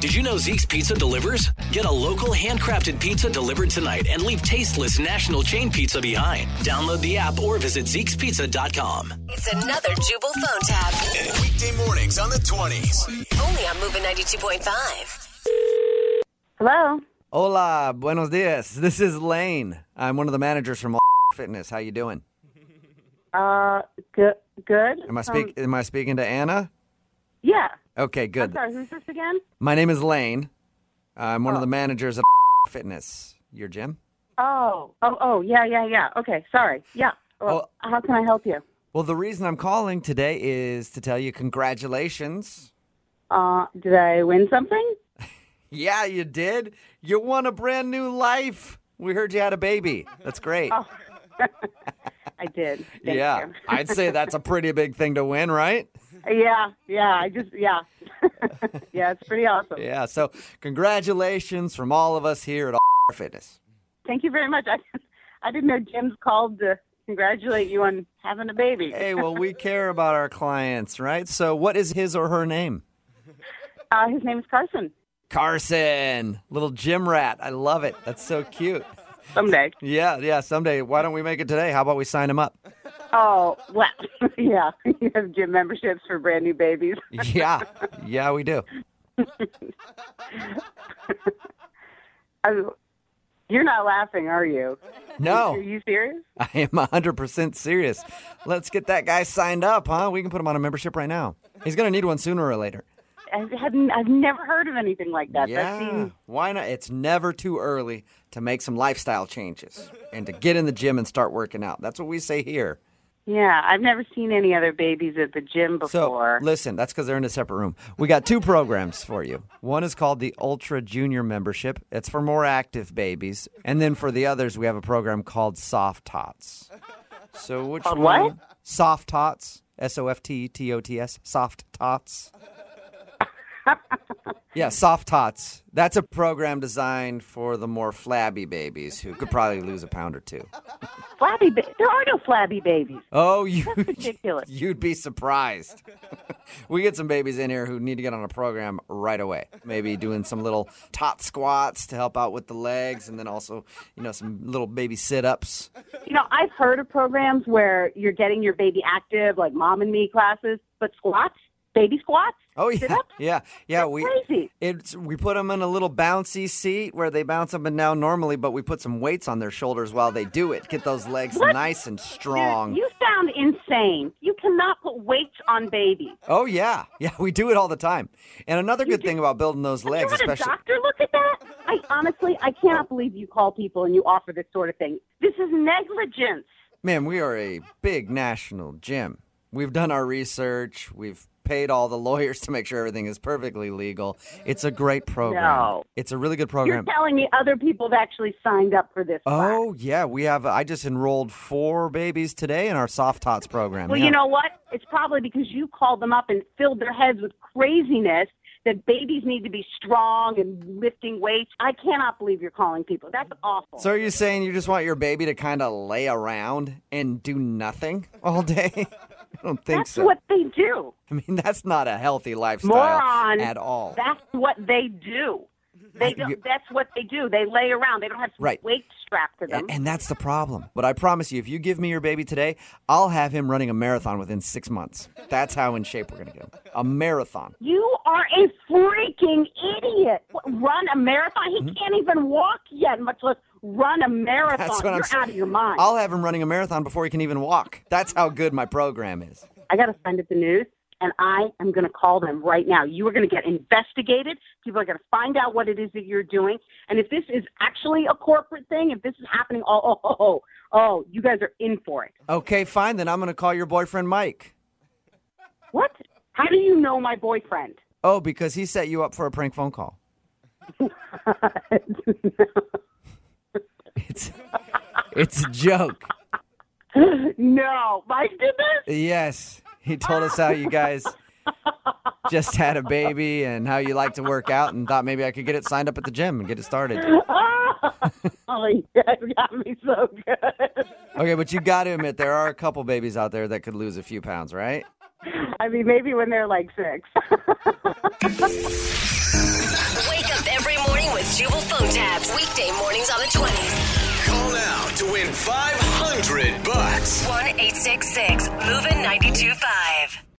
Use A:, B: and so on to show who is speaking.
A: Did you know Zeke's Pizza delivers? Get a local handcrafted pizza delivered tonight and leave tasteless national chain pizza behind. Download the app or visit Zeke'sPizza.com.
B: It's another Jubal phone tab.
C: Weekday mornings on the 20s.
B: Only on Moving 92.5.
D: Hello.
E: Hola, buenos dias. This is Lane. I'm one of the managers from Fitness. How you doing?
D: Uh, good. Good. Um,
E: Am I speak? am I speaking to Anna?
D: Yeah.
E: Okay, good.
D: Sorry, Oh. who's this again?
E: My name is Lane. I'm one of the managers of Fitness. Your gym?
D: Oh, oh, oh, yeah, yeah, yeah. Okay, sorry. Yeah. Well,
E: Oh.
D: How can I help you?
E: Well, the reason I'm calling today is to tell you congratulations.
D: Uh, did I win something?
E: Yeah, you did. You won a brand new life. We heard you had a baby. That's great.
D: I did. Oh, Thank
E: yeah, I'd say that's a pretty big thing to win, right?
D: you. Yeah, yeah. I just, yeah. yeah, it's pretty awesome.
E: Yeah. So, congratulations from all of us here at Fitness.
D: Thank you very much. I, I didn't know Jim's called to congratulate you on having a baby.
E: Hey, well, we care about our clients, right? So, what is his or her name?
D: Uh, his name is Carson.
E: Carson, little gym rat. I love it. That's so cute.
D: Someday.
E: Yeah, yeah. Someday, why don't we make it today? How about we sign him up?
D: Oh, well, yeah. You have gym memberships for brand new babies.
E: Yeah, yeah, we do.
D: I, you're not laughing, are you? Are
E: No,
D: you serious?
E: I am 100% serious. Let's get that guy signed up, huh? We can put him on a membership right now. He's going to need one sooner or later.
D: I hadn't, I've never heard of anything like that. That
E: Yeah,
D: seems
E: why not? It's never too early to make some lifestyle changes and to get in the gym and start working out. That's what we say here.
D: yeah. I've never seen any other babies at the gym
E: So
D: before.
E: listen, that's because they're in a separate room. We got two programs for you. One is called the Ultra Junior Membership. It's for more active babies, and then for the others, we have a program called Soft Tots. So which
D: Called
E: one?
D: what?
E: Soft Tots. S O F T E T O T S. Soft Tots. yeah, Soft Tots. That's a program designed for the more flabby babies who could probably lose a pound or two.
D: flabby, ba- there are no flabby babies.
E: Oh, you
D: ridiculous.
E: You'd be surprised. we get some babies in here who need to get on a program right away. Maybe doing some little tot squats to help out with the legs, and then also, you know, some little baby sit ups.
D: You know, I've heard of programs where you're getting your baby active, like mom and me classes, but squats, baby squats.
E: Oh yeah,
D: sit-ups?
E: yeah, yeah. We
D: crazy.
E: it's we put them in a little bouncy seat where they bounce up and down normally, but we put some weights on their shoulders while they do it. Get those legs nice and strong.
D: You sound insane. You cannot put weights on babies.
E: Oh yeah, yeah. We do it all the time. And another good thing about building those
D: You
E: legs,
D: had a
E: especially
D: doctor look at that? I honestly, I cannot believe you call people and you offer this sort of thing. This is negligence.
E: Man, we are a big national gym. We've done our research. We've paid all the lawyers to make sure everything is perfectly legal. It's a great program.
D: No.
E: It's a really good
D: You're
E: program.
D: telling me other people have actually signed up for this. class.
E: Oh yeah, we have. I just enrolled four babies today in our soft tots program.
D: Well,
E: yeah.
D: you know what? It's probably because you called them up and filled their heads with craziness that babies need to be strong and lifting weights. I cannot believe you're calling people. That's awful.
E: So are you saying you just want your baby to kind of lay around and do nothing all day? I don't think
D: that's
E: so.
D: what they do.
E: I mean, that's not a healthy lifestyle
D: Moron.
E: at all.
D: That's what they do. They do, that's what they do. They lay around. They don't have some
E: Right.
D: weight strapped to them.
E: And, and that's the problem. But I promise you, if you give me your baby today, I'll have him running a marathon within six months. That's how in shape we're going to get him. A marathon.
D: You are a freaking idiot. What,
E: Mm-hmm.
D: Run a marathon? He can't even walk yet, much less run a marathon.
E: That's what
D: You're
E: I'm saying.
D: out of your mind.
E: I'll have him running a marathon before he can even walk. That's how good my program is.
D: I got to find it the news, and I am going to call them right now. You are going to get investigated. People are going to find out what it is that you're doing. And if this is actually a corporate thing, if this is happening, oh, oh, oh, oh, oh you guys are in for it.
E: Okay, fine. Then I'm going to call your boyfriend, Mike.
D: What? How do you know my boyfriend?
E: Oh, because he set you up for a prank phone call. It's, it's a joke.
D: no, Mike did this?
E: Yes. He told us how you guys just had a baby and how you like to work out and thought maybe I could get it signed up at the gym and get it started.
D: Oh, you guys got me so good.
E: Okay, but you got to admit there are a couple babies out there that could lose a few pounds, right?
D: I mean, maybe when they're like six.
B: Jubal phone tabs. Weekday mornings on the 20s.
C: Call now to win 500 bucks.
B: 1 866